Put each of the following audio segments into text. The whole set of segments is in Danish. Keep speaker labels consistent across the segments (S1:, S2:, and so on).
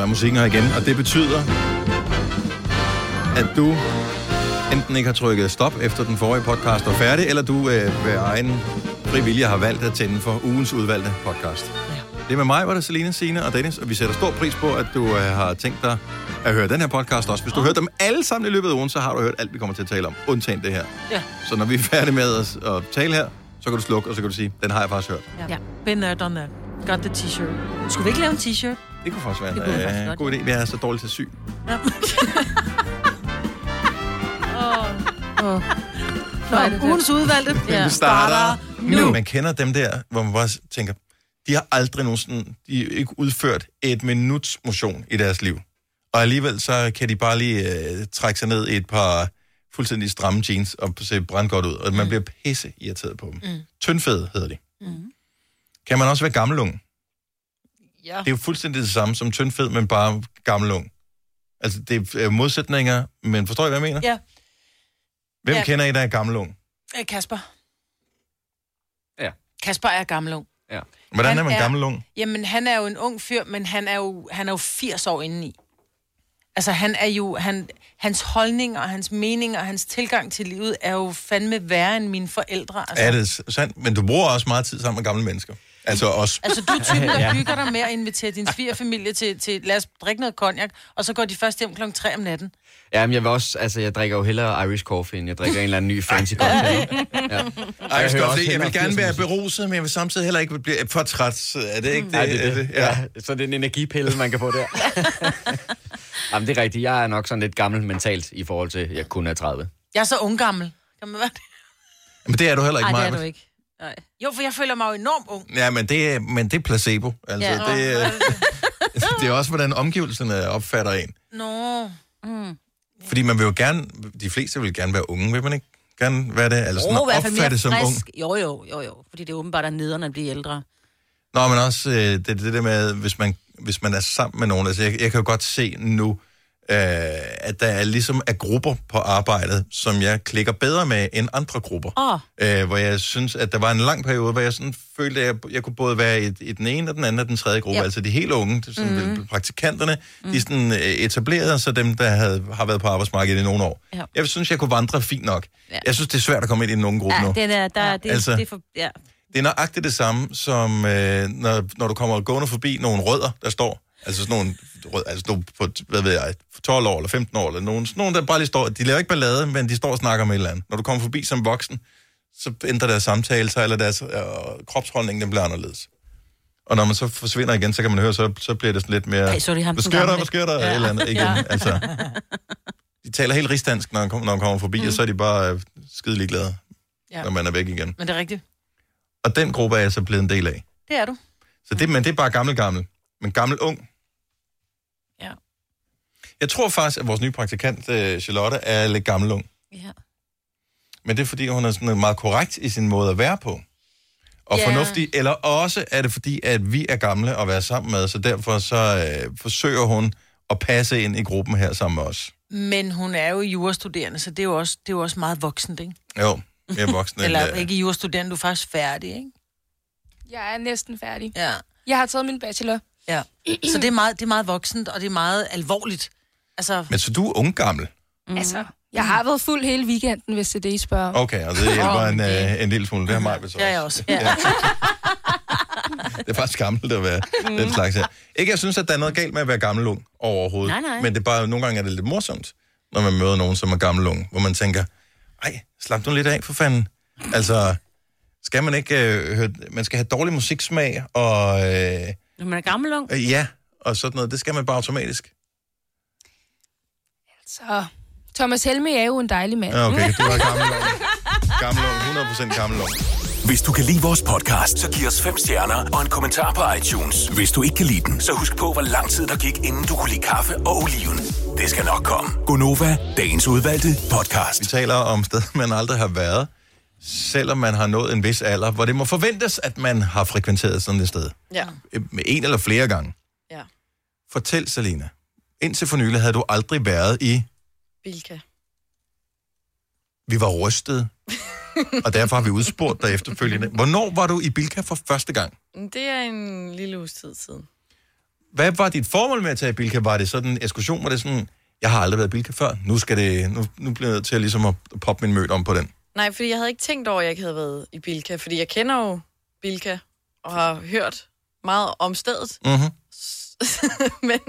S1: er musikken her igen, og det betyder, at du enten ikke har trykket stop efter den forrige podcast var færdig, eller du øh, ved egen frivillige har valgt at tænde for ugens udvalgte podcast. Det er med mig, var det Selina, Sine og Dennis, og vi sætter stor pris på, at du øh, har tænkt dig at høre den her podcast også. Hvis du har hørt dem alle sammen i løbet af ugen, så har du hørt alt, vi kommer til at tale om, undtagen det her.
S2: Ja.
S1: Så når vi er færdige med at, at tale her, så kan du slukke, og så kan du sige, den har jeg faktisk hørt.
S2: ja. Ben Nerd on that. Got the t-shirt. Skulle vi ikke lave en t-shirt?
S1: Det kunne faktisk være
S2: Det kunne
S1: en
S2: faktisk
S1: øh,
S2: godt,
S1: god idé. Vi er så dårlige til syg.
S2: Ja.
S3: Åh.
S2: Nå, ugens udvalgte
S3: Ja.
S2: ja. starter nu.
S1: Man kender dem der, hvor man bare tænker, de har aldrig nogensinde, de har ikke udført et minuts motion i deres liv. Og alligevel så kan de bare lige øh, trække sig ned i et par fuldstændig stramme jeans og se brandgodt ud, og man
S3: Mm.
S1: bliver pisse irriteret på dem. Mm. Tyndfed hedder de. Mm. Kan man også være gammelung?
S3: Ja.
S1: Det er jo fuldstændig det samme som tyndfed, men bare gammelung. Altså, det er øh, modsætninger, men forstår I, hvad jeg mener?
S3: Ja.
S1: Hvem
S3: Ja.
S1: kender I, der er gammelung?
S3: Øh, Kasper.
S4: Ja.
S3: Kasper er gammel ung.
S4: Ja.
S1: Hvordan
S3: Han
S1: er man
S3: er-
S1: gammelung?
S3: Jamen, han er jo en ung fyr, men han er jo, han er jo 80 år indeni. Altså, han er jo, han, hans holdning og hans mening og hans tilgang til livet er jo fandme værre end mine forældre. Altså,
S1: Er det s- sandt? Men du bruger også meget tid sammen med gamle mennesker. Altså os.
S3: altså du er typen, der hygger dig med at invitere din svigerfamilie til, til lad os drikke noget cognac, og så går de først hjem klokken 3 om natten.
S4: Ja, men jeg vil også, altså, jeg drikker jo hellere Irish coffee, end jeg drikker en eller anden ny fancy cocktail.
S1: Ej, jeg,
S4: hører
S1: skal
S4: også
S1: også, se, jeg vil
S4: hellere
S1: gerne være
S4: firsmusik.
S1: beruset, men jeg vil samtidig heller ikke blive for træt. Er det ikke
S2: Mm.
S1: det?
S4: Nej, det
S1: Er
S4: er det.
S1: Ja.
S4: Ja. Så det er en energipille, man kan få der. Jamen, det er rigtigt. Jeg er nok sådan lidt gammel mentalt i forhold til, at jeg kun er 30.
S3: Jeg er så unggammel. Kan man være det?
S1: Men det er du heller ikke,
S2: Nej, det
S1: Maja.
S2: er du ikke. Nej.
S3: Jo, for jeg føler mig jo enormt ung.
S1: Ja, men det, er, men det er placebo. Altså,
S2: Ja.
S1: ja. det, er- det er også, hvordan omgivelserne opfatter en.
S3: Nå.
S1: Fordi man vil jo gerne, de fleste vil gerne være unge, vil man ikke? Gerne være det, eller sådan
S2: Jo, i
S1: oh,
S2: hvert fald mere
S1: opfattes som ung.
S2: frisk. Jo, jo, jo, jo. Fordi det er åbenbart, at nederen at blive ældre.
S1: Nå, men også øh, det, det der med, hvis man, hvis man er sammen med nogen. Altså, jeg, jeg kan jo godt se nu, øh, at der er, ligesom er grupper på arbejdet, som jeg klikker bedre med end andre grupper.
S2: Åh, oh,
S1: Øh, hvor jeg synes, at der var en lang periode, hvor jeg sådan følte, at jeg, jeg kunne både være i, i den ene og den anden og den tredje gruppe.
S2: Ja. Mhm.
S1: Ja. Altså de helt unge, det er sådan, mm. praktikanterne, mm. de er sådan øh, etablerede, og så dem, der havde, har været på arbejdsmarkedet i nogle år.
S2: Ja.
S1: Ja. Jeg synes, jeg kunne vandre fint nok.
S2: Ja.
S1: Ja. Jeg synes, det er svært at komme ind i den unge gruppe
S2: ja,
S1: nu.
S2: den er, der, ja, det,
S1: Altså-
S2: altså. det er for, ja.
S1: Det er nøjagtigt det samme, som øh, når, når du kommer gående forbi nogle rødder, der står. Altså sådan nogle, rød, altså nogle på, hvad ved jeg, 12 år eller 15 år, eller nogen, sådan nogen, der bare lige står, de laver ikke ballade, men de står og snakker med et eller andet. Når du kommer forbi som voksen, så ændrer deres samtale sig, eller deres øh, kropsholdning, den bliver anderledes. Og når man så forsvinder igen, så kan man høre, så, så bliver det sådan lidt mere...
S2: Ej, så er det ham,
S1: hvad
S2: den
S1: sker der,
S2: gamle."
S1: hvad sker der, ja.
S2: Ja.
S1: eller andet igen. Ja.
S2: Ja.
S1: Altså, de taler helt rigsdansk, når man kommer, når man kommer forbi, mm. og så er de bare øh, skide ligeglade,
S3: Ja.
S1: ja. når man er væk igen.
S3: Men det er rigtigt.
S1: Og den gruppe er jeg så blevet en del af.
S3: Det er du.
S1: Så
S3: Mm.
S1: det, men det er bare gammel, gammel. Men gammel, ung.
S3: Ja.
S1: Jeg tror faktisk, at vores nye praktikant, øh, Charlotte, er lidt gammel, ung.
S2: ja.
S1: Men det er, fordi hun er sådan meget korrekt i sin måde at være på. Og
S3: Ja.
S1: yeah. fornuftig. Eller også er det, fordi at vi er gamle at være sammen med, så derfor så øh, forsøger hun at passe ind i gruppen her sammen med os.
S3: Men hun er jo jurastuderende, så det er jo også, det er jo også meget voksent, ikke?
S1: Jo, mere voksne.
S3: Eller
S1: end, øh,
S3: ikke jurastuderende, du er faktisk færdig, ikke?
S5: Jeg er næsten færdig.
S3: Ja.
S5: Jeg har taget min bachelor.
S3: ja. Så det er, meget, det er meget voksent, og det er meget alvorligt. Altså,
S1: Men så du er ung gammel.
S6: Mhm.
S5: Mm. Altså, jeg har været fuld hele weekenden, hvis det er det, I spørger. Oh.
S1: Okay, og det hjælper en,
S3: okay.
S1: øh, en lille smule. Det har mig også.
S3: det er jeg også.
S1: Ja. det er faktisk gammelt at være mm. den slags her. Ikke, jeg synes, at der er noget galt med at være gammel ung overhovedet.
S2: Nej, nej.
S1: Men det er bare, nogle gange er det lidt morsomt, når man møder nogen, som er gammel ung, hvor man tænker, ej, slap nu lidt af for fanden. Altså, skal man ikke øh, høre, man skal have dårlig musiksmag, og øh,
S2: Når man er gammel ung.
S1: øh, ja, og sådan noget. Det skal man bare automatisk.
S5: Så Thomas Helme er jo en dejlig mand.
S1: Ja, okay, du var gammel ung. Gammel ung, 100% gammel ung.
S7: Hvis du kan lide vores podcast, så giv os fem stjerner og en kommentar på iTunes. Hvis du ikke kan lide den, så husk på, hvor lang tid der gik, inden du kunne lide kaffe og oliven. Det skal nok komme. Gonova, dagens udvalgte podcast.
S1: Vi taler om steder, man aldrig har været, selvom man har nået en vis alder, hvor det må forventes, at man har frekventeret sådan et sted.
S2: Ja.
S1: Øh, Med en eller flere gange.
S2: Ja.
S1: Fortæl, Selina. Indtil for nylig havde du aldrig været i,
S8: Bilka.
S1: vi var rystet, og derfor har vi udspurgt dig efterfølgende. Hvornår var du i Bilka for første gang?
S8: Det er en lille uges tid siden.
S1: hvad var dit formål med at tage i Bilka? Var det sådan en ekskursion? Var det sådan, jeg har aldrig været i Bilka før, nu, skal det, nu, nu bliver jeg nødt til at, ligesom at poppe min mød om på den?
S8: Nej, fordi jeg havde ikke tænkt over, at jeg ikke havde været i Bilka, fordi jeg kender jo Bilka og har hørt meget om stedet.
S1: Mm-hmm.
S8: men,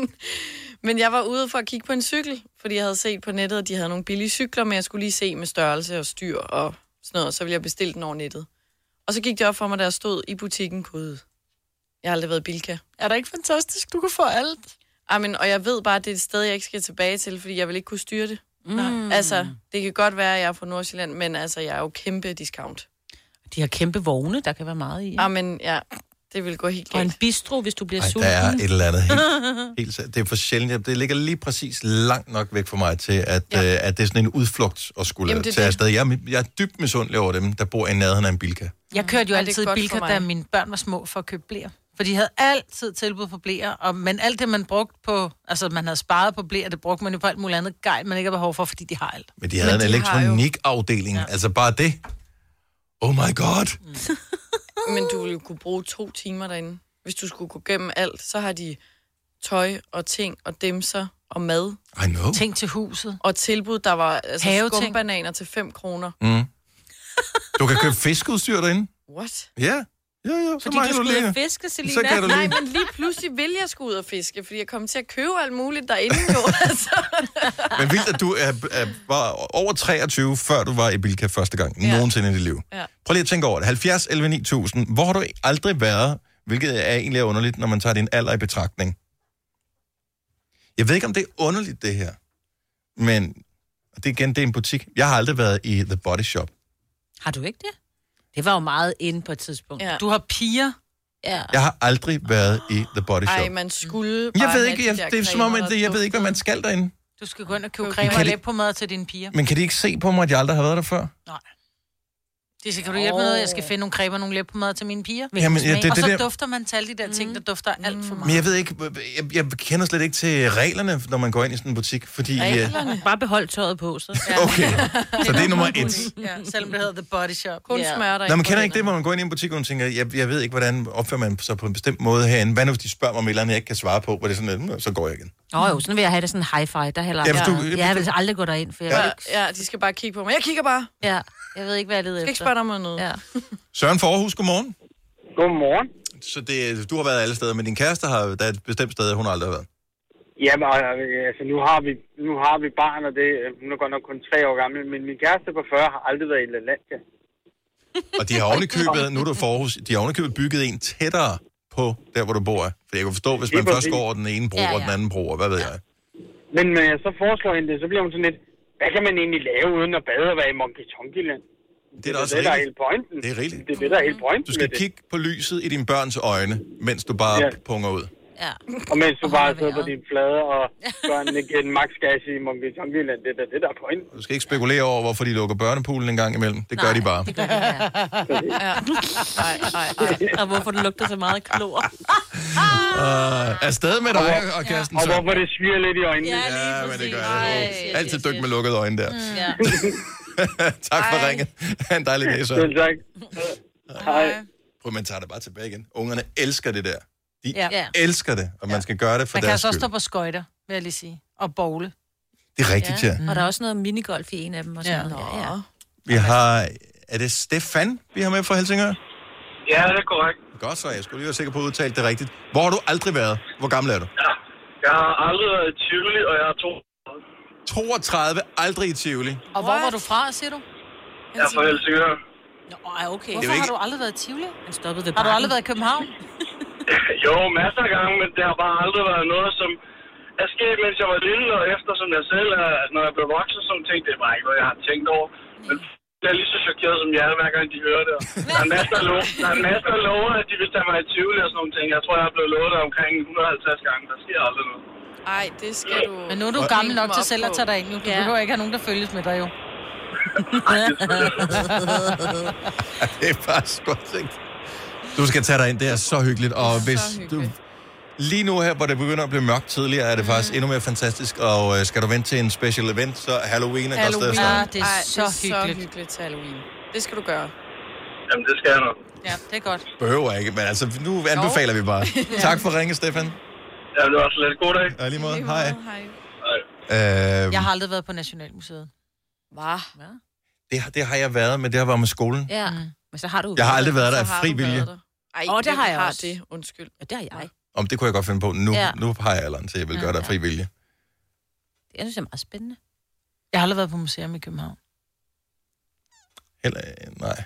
S8: men jeg var ude for at kigge på en cykel, fordi jeg havde set på nettet, at de havde nogle billige cykler, men jeg skulle lige se med størrelse og styr og sådan noget, og så ville jeg bestille den over nettet. Og så gik det op for mig, da jeg stod i butikken kode. Jeg har aldrig været i Bilka.
S3: Er det ikke fantastisk, du kan få alt?
S8: Amen, og jeg ved bare, at det er et sted, jeg ikke skal tilbage til, fordi jeg vil ikke kunne styre det. Mm. Altså, det kan godt være, at jeg er fra Nordsjælland, men altså, jeg er jo kæmpe discount.
S2: De har kæmpe vogne, der kan være meget i.
S8: Amen, ja, det vil gå helt
S2: Og en
S8: galt.
S2: bistro, hvis du bliver
S1: Ej,
S2: sulten.
S1: der er et eller andet helt, helt sær- Det er for sjældent. Jeg- Det ligger lige præcis langt nok væk fra mig til, at, ja.
S8: Ja.
S1: øh, at det er sådan en udflugt at skulle
S8: Jamen, det er
S1: tage
S8: det.
S1: afsted. Jeg, er mi- jeg er dybt misundelig over dem, der bor i nærheden af en Bilka.
S3: Jeg kørte jo
S8: Ej, det er
S3: altid i
S8: godt
S3: Bilka,
S8: for mig.
S3: da mine børn var små, for at købe blæer. For de havde altid tilbud på blæer, og, men alt det, man brugte på, altså man havde sparet på blæer, det brugte man jo på alt muligt andet gej, man ikke har behov for, fordi de har alt.
S1: Men de havde Men
S8: Men
S1: en
S8: de har jo-
S1: elektronikafdeling. Ja. Altså bare det. Oh my god.
S8: Men du vil jo kunne bruge to timer derinde. Hvis du skulle gå gennem alt, så har de tøj og ting og dimser og mad
S1: I know.
S3: Ting til huset.
S8: og tilbud, der var altså
S3: Haveting.
S8: skumbananer til 5 kroner.
S1: Mm. Du kan købe fiskeudstyr derinde.
S8: What?
S1: Ja. Ja, ja. Så
S2: Fordi
S1: mangler
S2: du
S1: du
S2: skulle
S1: lige.
S2: have fiske, Selina.
S1: Så kan du
S8: Nej,
S1: lige.
S8: men lige pludselig vil jeg skulle ud og fiske, fordi jeg kom til at købe alt muligt derinde jo. Altså.
S1: Men vildt, at du er, er, var over 23, før du var i Bilka første gang. Ja.
S8: Ja.
S1: Nogensinde i dit liv.
S8: Ja.
S1: Prøv lige at tænke over det. 70, 11, 9000. Hvor har du aldrig været? Hvilket er egentlig er underligt, når man tager din alder i betragtning. Jeg ved ikke, om det er underligt, det her. Men det er igen, det er en butik. Jeg har aldrig været i The Body Shop.
S2: Har du ikke det? Det var jo meget inde på et tidspunkt.
S8: Ja.
S3: Du har piger.
S2: ja.
S1: Jeg har aldrig været i The Body Shop.
S8: Ej, man skulle
S1: Men
S8: bare
S1: jeg ved
S8: have
S1: ikke,
S8: de
S1: jeg,
S8: der
S1: det er som om,
S8: cremer,
S1: at
S8: der
S1: det, jeg ved ikke, hvad man
S8: dufter.
S1: skal derinde.
S3: Du skal gå ind og købe
S8: Køb
S3: creme
S1: Kan
S3: og
S1: de-
S3: læb på mad til dine piger.
S1: Men kan de ikke se på mig, at jeg aldrig har været der før?
S3: Det så kan du hjælpe med noget? Jeg skal finde nogle cremer og nogle læb på mad til mine piger.
S1: Jamen, ja, det-
S3: og
S1: det
S3: så
S1: der-
S3: dufter man til alle de der ting, der dufter alt for
S1: Men
S3: meget.
S1: jeg ved ikke, øh, jeg, jeg kender slet ikke til reglerne, når man går ind i sådan en butik, fordi... øh,
S8: Reglerne.
S2: Bare behold tøjet på, så.
S1: Okay, så det er nummer et.
S3: Ja, selvom det hedder The Body Shop.
S8: Kun
S2: Ja.
S8: smerter.
S1: Nå, man
S8: på
S1: kender ikke det,
S8: hænderne.
S1: hvor man går ind i en butik, og man tænker, jeg, jeg ved ikke, hvordan opfører man sig på en bestemt måde herinde. Hvad nu, hvis de spørger mig om et eller andet, jeg ikke kan svare på, hvor det er sådan, at, "Mm, så går jeg igen.
S2: Åh oh, jo, sådan vil jeg have det sådan en hi-fi. Der heller
S1: Ja, hvis du-
S2: jeg, jeg vil aldrig gå derind, for jeg, ja. ikke,
S8: Ja, ja, de skal bare kigge på mig. Jeg kigger bare. Jeg
S2: ja, jeg ved ikke, hvad jeg leder
S8: skal ikke
S1: Altså.
S2: efter.
S8: spørge dig om noget.
S2: Ja.
S1: Søren Forhus, godmorgen.
S9: Godmorgen.
S1: Så det, du har været alle steder, men din kæreste har, der er et bestemt sted, hun aldrig har været.
S9: Jamen, og, øh, altså, nu har, vi, nu har vi barn, og det, øh, hun er godt nok kun tre år gammel, men min kæreste på 40 har aldrig været i LaLandia.
S1: Og de har ovenikøbet, nu er du i Forhus, de har ovenikøbet bygget en tættere på der, hvor du bor. For jeg kan forstå, hvis man
S9: Lige
S1: først går
S9: præcis.
S1: over den ene bro
S2: Ja,
S1: og den
S2: ja.
S1: anden bro, og hvad ved jeg.
S9: Men når jeg så foreslår hende det, så bliver hun sådan lidt, hvad kan man egentlig lave uden at bade og være i Monkey Tonkyland?
S1: Det er da også
S9: det, der er
S1: rigtigt.
S9: hele pointen.
S1: Det er rigtigt.
S9: Det er det, der er hele pointen
S1: Du skal
S9: med det.
S1: kigge på lyset i dine børns øjne, mens du bare
S9: Ja.
S1: punger ud.
S2: Ja.
S9: Og mens du
S2: Og
S9: bare
S2: holde
S9: sidder på
S2: vejret.
S9: din flade, og børnene giver en maksgas i Monkey Tonkyland, det er da det, der er pointen.
S1: Du skal ikke spekulere over, hvorfor de lukker børnepoolen en gang imellem. Det gør de bare.
S2: Det gør det, ja.
S8: Nej, nej, nej.
S2: Og hvorfor det lugter så meget af klor.
S1: Uh, afsted med dig, og Kirsten
S9: Og
S1: Søren.
S9: hvorfor det sviger lidt i øjnene.
S2: Ja, lige
S1: Ja, men det
S2: præcis.
S1: gør
S2: Ej,
S1: det. Altid
S2: yes,
S1: dyk med
S2: yes.
S1: lukkede øjne der.
S2: Ja.
S1: tak for ringen. Ha' en dejlig dag,
S9: Selv
S1: så.
S9: tak. Hej.
S1: Prøv, man tager det bare tilbage igen. Ungerne elsker det der. De
S3: Ja.
S2: Ja.
S1: elsker det, og man skal gøre det for
S3: Man kan
S1: deres
S3: altså også
S1: skyld.
S3: stå på skøjter, vil jeg lige sige. Og bowle.
S1: Det er rigtigt, ja.
S2: Og der er også noget minigolf i en af dem. Og sådan
S3: Ja.
S2: ja. Noget. Ja, ja.
S1: Vi har... Er det Stefan, vi har med fra Helsingør?
S9: Ja, det er korrekt.
S1: Godt så, jeg skulle lige være sikker på at udtale det rigtigt. Hvor har du aldrig været? Hvor gammel er du?
S9: Jeg har aldrig været i Tivoli, og jeg har to.
S1: 32, aldrig i Tivoli.
S3: Og hvor var du fra, siger du?
S9: Jeg er fra Helsingør.
S2: Nå, ej, okay.
S1: jo
S3: Hvorfor har
S1: ikke-
S3: du aldrig været i Tivoli?
S2: Han stoppede ved
S3: Har du
S2: bakken.
S3: aldrig været i København?
S9: Jo, masser af gange, men det har bare aldrig været noget, som er sket, mens jeg var lille, og efter som jeg selv er, når jeg blev voksen, som ting, det er bare ikke noget, jeg har tænkt over. Men jeg er lige så chokeret som jeg er, hver gang de hører det. Og Der er masser af love, der er masser af love, at de vil tage mig i tvivl og sådan nogle ting. Jeg tror, jeg er blevet lovet der omkring 150 gange. Der sker aldrig noget.
S8: Ej, det skal du...
S3: Men nu er du gammel nok til selv at tage dig ind, jo. Du
S2: Ja.
S3: behøver ikke have nogen, der følges med dig, jo.
S1: Det er faktisk godt tænkt. Du skal tage dig ind, det er så hyggeligt. Og hvis du...
S8: hyggeligt.
S1: Lige nu her, hvor det begynder at blive mørkt tidligere, er det faktisk endnu mere fantastisk. Og øh, skal du vente til en special event, så Halloween er Halloween. godt sted at
S8: Halloween.
S1: starte.
S3: Ah, det er
S8: Ej,
S3: så hyggeligt.
S8: så hyggeligt til Halloween. Det skal du gøre.
S9: Jamen, det skal jeg nok.
S3: Ja, det er godt.
S1: Behøver jeg ikke, men altså, nu anbefaler vi bare. Tak for at ringe, Stefan.
S9: Ja, det var så lidt. God dag.
S1: Ja, lige måde. Hej.
S8: Hej.
S1: Øh,
S3: Jeg har aldrig været på Nationalmuseet.
S8: Hva?
S1: det, har- det har jeg været, men det har været med skolen.
S10: Ja. Mm. Men så har du...
S1: Jeg har aldrig været der
S8: Så
S1: af
S8: har
S1: fri
S8: du været
S1: vilje.
S8: der. Ej,
S10: Åh, det har jeg
S8: har
S10: også.
S8: det. Undskyld.
S10: Ja, det har jeg.
S1: Om det kunne jeg godt finde på. Nu,
S10: Ja.
S1: nu har jeg alderen til, at jeg vil gøre det af fri vilje.
S10: Jeg synes, det er meget spændende.
S3: Jeg har aldrig været på museum i København.
S1: Heller, nej.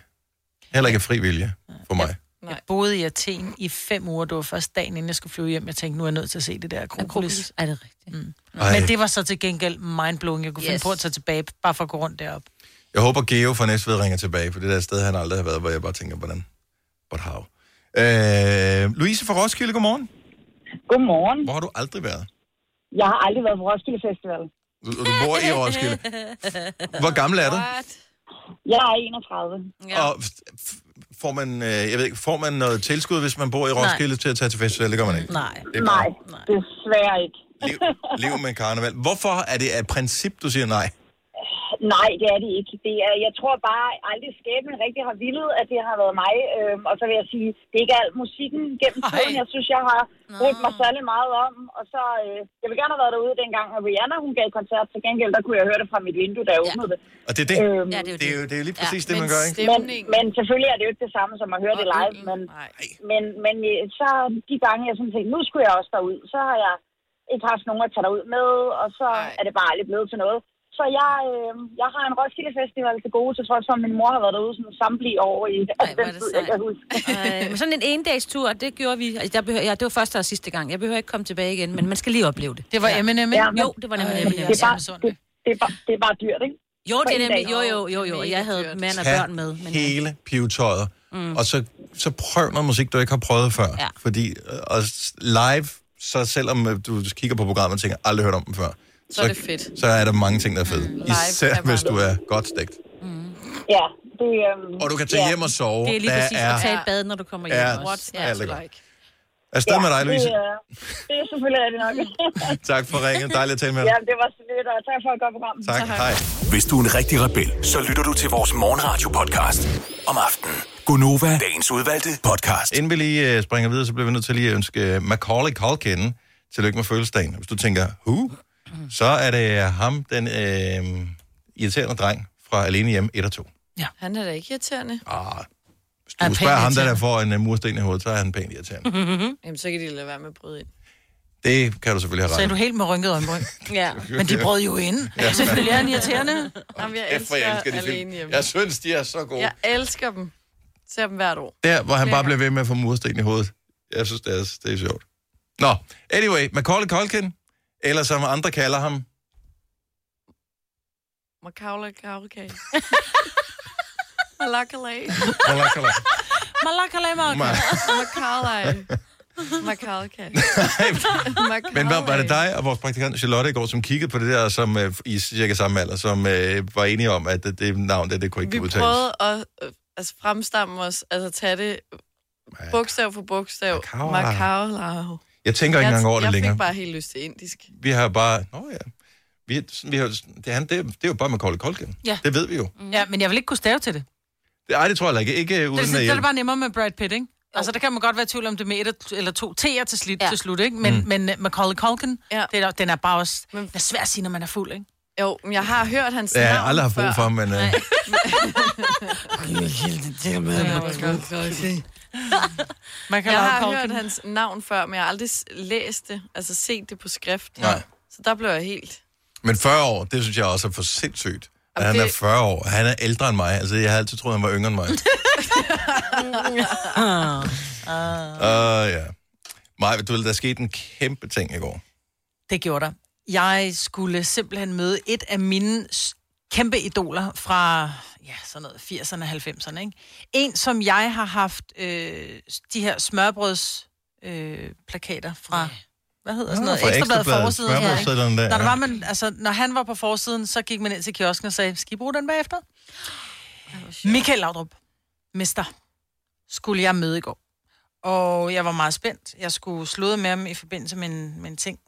S1: Heller ikke af fri vilje for mig.
S3: Jeg boede i Athen i fem uger. Det var først dagen, inden jeg skulle flyve hjem. Jeg tænkte, nu er jeg nødt til at se det der Akropolis.
S10: Er det rigtigt? Mm.
S1: Ej.
S3: Men det var så til gengæld mindblowing. Jeg kunne yes. finde
S10: Yes.
S3: på at tage tilbage, bare for at gå rundt deroppe.
S1: Jeg håber, Geo fra Næstved ringer tilbage, for det der sted, han aldrig har været, hvor jeg bare tænker, hvordan? But how? Øh, Louise fra Roskilde, godmorgen.
S6: Godmorgen.
S1: Hvor har du aldrig været?
S6: Jeg har aldrig været på Roskilde Festival.
S1: Du, du bor i Roskilde. Hvor gammel er du?
S8: What?
S6: Jeg er 31.
S1: Ja. Og f- f- får man, øh, jeg ved ikke, får man noget tilskud, hvis man bor i Roskilde, nej. til at tage til festival? Det gør man ikke.
S3: Nej.
S1: Det er
S6: Nej,
S1: bare
S6: desværre ikke.
S1: liv, liv med karneval. Hvorfor er det af princip, du siger nej?
S6: Nej, det er det ikke. Det er, jeg tror bare aldrig skæbnen rigtig har villet, at det har været mig. Øhm, og så vil jeg sige, det er ikke alt musikken gennem
S3: Ej.
S6: tiden, jeg synes, jeg har brugt mig særlig meget om. Og så, øh, jeg vil gerne have været derude dengang, og Rihanna, hun gav koncert. Til gengæld, der kunne jeg høre det fra mit vindue, da jeg
S10: Ja.
S6: åbnede det.
S1: Og det er det.
S6: Øhm,
S10: Ja, det er jo
S1: Det er jo
S10: det.
S1: det er jo lige
S10: Ja,
S1: præcis ja, det, man
S8: men
S1: gør, ikke?
S6: men,
S8: stemningen
S6: men selvfølgelig er det jo ikke det samme, som at høre det
S8: og
S6: live.
S8: øllen.
S6: Men,
S8: Nej.
S6: Men, men øh, så de gange, jeg sådan tænkte, nu skulle jeg også derud, så har jeg ikke haft nogen at tage derud med, og så
S8: Ej.
S6: Ej. er det bare aldrig blevet til noget. Så jeg, øh, jeg har en Roskilde Festival til gode, til trods for, at min mor har været derude sådan samtlige år i
S10: hvor er
S6: den
S10: det
S6: tid, jeg
S10: sejt.
S6: kan huske.
S10: Øh, men sådan en endagstur, det gjorde vi. Altså, der behøver, ja, det var første og sidste gang. Jeg behøver ikke komme tilbage igen, men man skal lige opleve det.
S3: Det var
S10: ja.
S3: Eminem, ikke? Øh,
S6: Ja.
S10: Jo, det var nemlig
S3: Ej,
S10: nemlig.
S3: det
S6: Det er
S10: ja.
S6: bare,
S3: Amazon.
S6: det, det, er bare, det er bare dyrt, ikke?
S10: Jo, det er
S6: en
S10: nemlig.
S6: dag.
S10: Jo, jo, jo, jo. Jeg havde mand og
S1: Tag
S10: børn med. Men, øh,
S1: hele pivetøjet, mm. og så, så prøv noget musik, du ikke har prøvet før.
S10: Ja.
S1: Fordi øh, og s- live, så selvom øh, du kigger på programmet og tænker, aldrig hørt om dem før, så,
S8: er det fedt.
S1: Så er der mange ting, der er fede. Mm, Især
S8: er bare
S1: hvis du er godt stegt.
S6: Ja, det, øh,
S1: Og du kan tage
S6: ja.
S1: hjem og sove.
S10: øh, det er lige
S1: Der
S10: præcis
S1: er,
S10: at tage et bad, når du kommer hjem
S1: Ja.
S10: også.
S1: Ja,
S8: Not
S1: det er
S8: like.
S1: Afsted med
S6: ja,
S1: dig, Louise.
S6: Det, øh, det er selvfølgelig rigtigt nok.
S1: Tak for ringet. Dejligt at tale med dig.
S6: ja, det var så lidt, og tak for et godt program.
S1: Tak. Hej.
S7: Hvis du er en rigtig rebel, så lytter du til vores morgenradio-podcast om aftenen. Gunova, dagens udvalgte podcast.
S1: Inden vi lige øh, springer videre, så bliver vi nødt til lige at ønske øh, Macaulay Culkin tillykke med fødselsdagen. Hvis du tænker, who? Så er det ham, den øh, irriterende dreng fra Alene Hjem 1 og 2.
S8: Han er da ikke irriterende.
S1: Ah, hvis
S3: Er
S1: du
S3: pænt
S1: spørger ham, der, der
S3: irriterende. Mhm.
S1: får en øh, mursten i hovedet, så er han pænt irriterende.
S8: Jamen, så kan de lade være med at bryde ind.
S1: Det kan du selvfølgelig
S3: Så er
S1: have
S3: du
S1: ret. i.
S3: helt med rynket øjenbryn.
S10: Ja.
S3: Men de brød jo ind. Ja. Selvfølgelig er han irriterende.
S8: Jamen, jeg
S1: Kæft, hvor
S8: elsker,
S1: jeg
S8: jeg
S1: elsker de film.
S8: alene hjemme.
S1: Jeg synes, de er så gode.
S8: Jeg elsker dem. Ser dem hvert år.
S1: Der, hvor han bare blev ved med at få mursten i hovedet. Jeg synes, det er, det er sjovt. Nå, anyway, Macaulay Culkin, eller som andre kalder ham,
S8: Macaulay Culkin. Macaulay.
S1: Macaulay.
S3: Malakalai,
S1: Ma-
S8: Macaulay. Macaulay.
S1: Men var, var det dig og vores praktikant Charlotte i går, som kiggede på det der, som øh, i cirka samme alder, som øh, var enige om, at det, det navn der, det kunne ikke
S8: Vi
S1: udtales?
S8: prøvede at øh, altså, fremstamme os, altså tage det bogstav for bogstav.
S1: Macaulay.
S8: Macaulay.
S1: Jeg tænker ikke engang over det
S8: jeg
S1: længere.
S8: fik bare helt lyst til indisk.
S1: Vi har bare... Nå ja. Vi, vi har, det, er han, det, er- det er jo bare Macaulay Culkin.
S3: Ja.
S1: Det ved vi jo.
S3: Ja, men jeg vil ikke kunne stave til det.
S1: Det, ej, det tror jeg heller ikke. Ikke øh,
S3: Det er,
S1: uden
S3: sådan,
S1: at
S3: det er
S1: hjælpe.
S3: bare nemmere med Brad Pitt, ikke? Altså, der kan man godt være i tvivl om det er med et eller- eller to T'er til, slut,
S10: Ja.
S3: ja. til slut, ikke? Men, mm. men øh, Macaulay Culkin,
S8: Ja.
S3: ja. det er, den er bare også...
S8: Men-
S3: Men... Det er svært at sige, når man er fuld, ikke?
S8: Jo, men jeg har hørt hans
S1: Ja, jeg
S8: navn
S1: har aldrig haft brug for ham, men... Øh,
S3: Macaulay
S8: Jeg har hørt hans navn før, men jeg har aldrig s- læst det, altså set det på skrift.
S1: Nej.
S8: Så der blev jeg helt...
S1: Men 40 år, det synes jeg også er for sindssygt. At
S8: Jamen,
S1: han er
S8: det-
S1: 40 år. Han er ældre end mig. Altså, jeg har altid troet, han var yngre end mig.
S10: Ah.
S1: Åh, uh, ja. Maja, du ved, der skete en kæmpe ting i går.
S3: Det gjorde der. Jeg skulle simpelthen møde et af mine s- kæmpe idoler fra ja, sådan noget 80'erne og 90'erne. Ikke? En, som jeg har haft øh, de her smørbrøds øh, plakater fra... Hvad hedder sådan noget?
S1: Ah, Fra
S3: Ekstrabladet
S1: Ekstrabladet,
S3: forsiden. Ja, ikke?
S1: smørbrødssedlerne der,
S3: når, der
S1: ja.
S3: var man, altså, når han var på forsiden, så gik man ind til kiosken og sagde, skal I bruge den bagefter? Michael Laudrup, mester, skulle jeg møde i går. Og jeg var meget spændt. Jeg skulle sludre med ham i forbindelse med en, med en ting,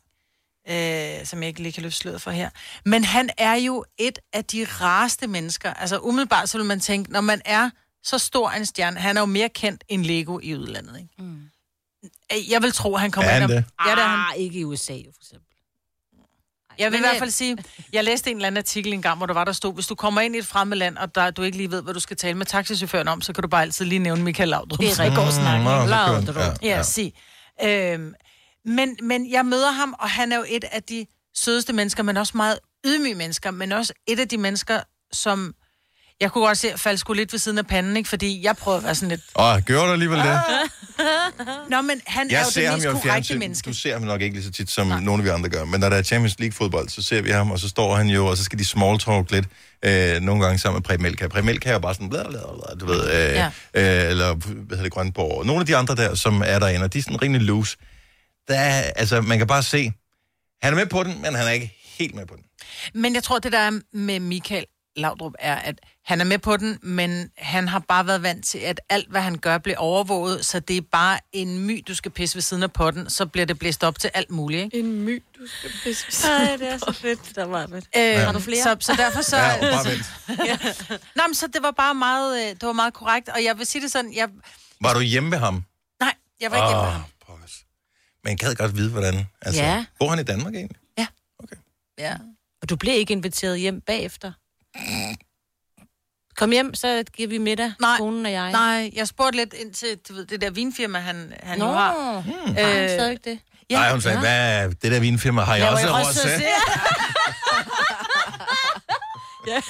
S3: øh, som jeg ikke lige kan løfte sløret for her. Men han er jo et af de rareste mennesker. Altså umiddelbart, så vil man tænke, når man er så stor en stjerne, han er jo mere kendt end Lego i udlandet, ikke? Mm. Jeg vil tro, at han kommer
S1: Er han
S3: ind og...
S1: det?
S3: Ja, det er han.
S10: Ah, ikke i USA, jo, for eksempel.
S3: Jeg vil
S10: Men,
S3: i hvert
S10: øh,
S3: fald sige, jeg læste en eller anden artikel engang, hvor der var, der stod, hvis du kommer ind i et fremmed land, og der, du ikke lige ved, hvad du skal tale med taxichaufføren om, så kan du bare altid lige nævne Michael Laudrup.
S10: Det er rigtig god snak,
S1: nå,
S10: ikke?
S1: så kører den.
S10: Laudrup.
S1: Ja,
S3: Ja,
S1: ja.
S3: ja. sig. Øhm, men, men jeg møder ham, og han er jo et af de sødeste mennesker, men også meget ydmyge mennesker, men også et af de mennesker, som... Jeg kunne godt se, at falde skulle lidt ved siden af panden, ikke? Fordi jeg prøvede at være sådan lidt...
S1: Åh, gjorde du alligevel det?
S3: Nå, men han er
S1: Jeg
S3: jo
S1: ser
S3: Ah, det
S1: ham
S3: mest
S1: jo i
S3: korrekte
S1: fjernsyn.
S3: menneske.
S1: Du ser ham nok ikke lige så tit, som nogle af vi andre gør. Men når der er Champions League-fodbold, så ser vi ham, og så står han jo, og så skal de small talk lidt. Øh, nogle gange sammen med Preben Elkær. Preben Elkær er jo bare sådan, bla, bla, bla, du ved, øh, ja.
S3: Ja.
S1: øh, eller hvad hedder det, Grønborg. Nogle af de andre der, som er derinde, og de er sådan rimelig loose. Der er, altså, man kan bare se, han er med på den, men han er ikke helt med på den.
S3: Men jeg tror, det der er med Michael Laudrup er, at han er med på den, men han har bare været vant til, at alt, hvad han gør, bliver overvåget, så det er bare en my, du skal pisse ved siden af potten, så bliver det blæst op til alt muligt, ikke?
S8: En my, du skal bespise.
S10: Nej, det er så fedt. Der var fedt.
S3: Øh,
S10: Har du flere?
S3: Så, så derfor så...
S1: Ja, og bare vent.
S3: Nå, men så det var bare meget, øh, det var meget korrekt, og jeg vil sige det sådan, jeg,
S1: Var du hjemme ved ham?
S3: nej, jeg var ikke hjemme med ham.
S1: Åh, pokkers. Man gad godt vide, hvordan. Altså,
S10: Ja.
S1: Bor han i Danmark egentlig?
S3: Ja.
S10: Og du bliver ikke inviteret hjem bagefter. Kom hjem, så giver vi middag,
S3: Nej.
S10: konen og jeg.
S3: Nej, jeg spurgte lidt ind til du ved, det der vinfirma, han, han
S10: Nå,
S3: jo har.
S10: mm. øh, har han stadigvæk det?
S1: Ja, Nej, hun sagde, hvad er det der vinfirma har jeg,
S10: Jeg var
S1: også
S10: i
S1: råd
S10: Rødsted
S1: til.
S10: ja.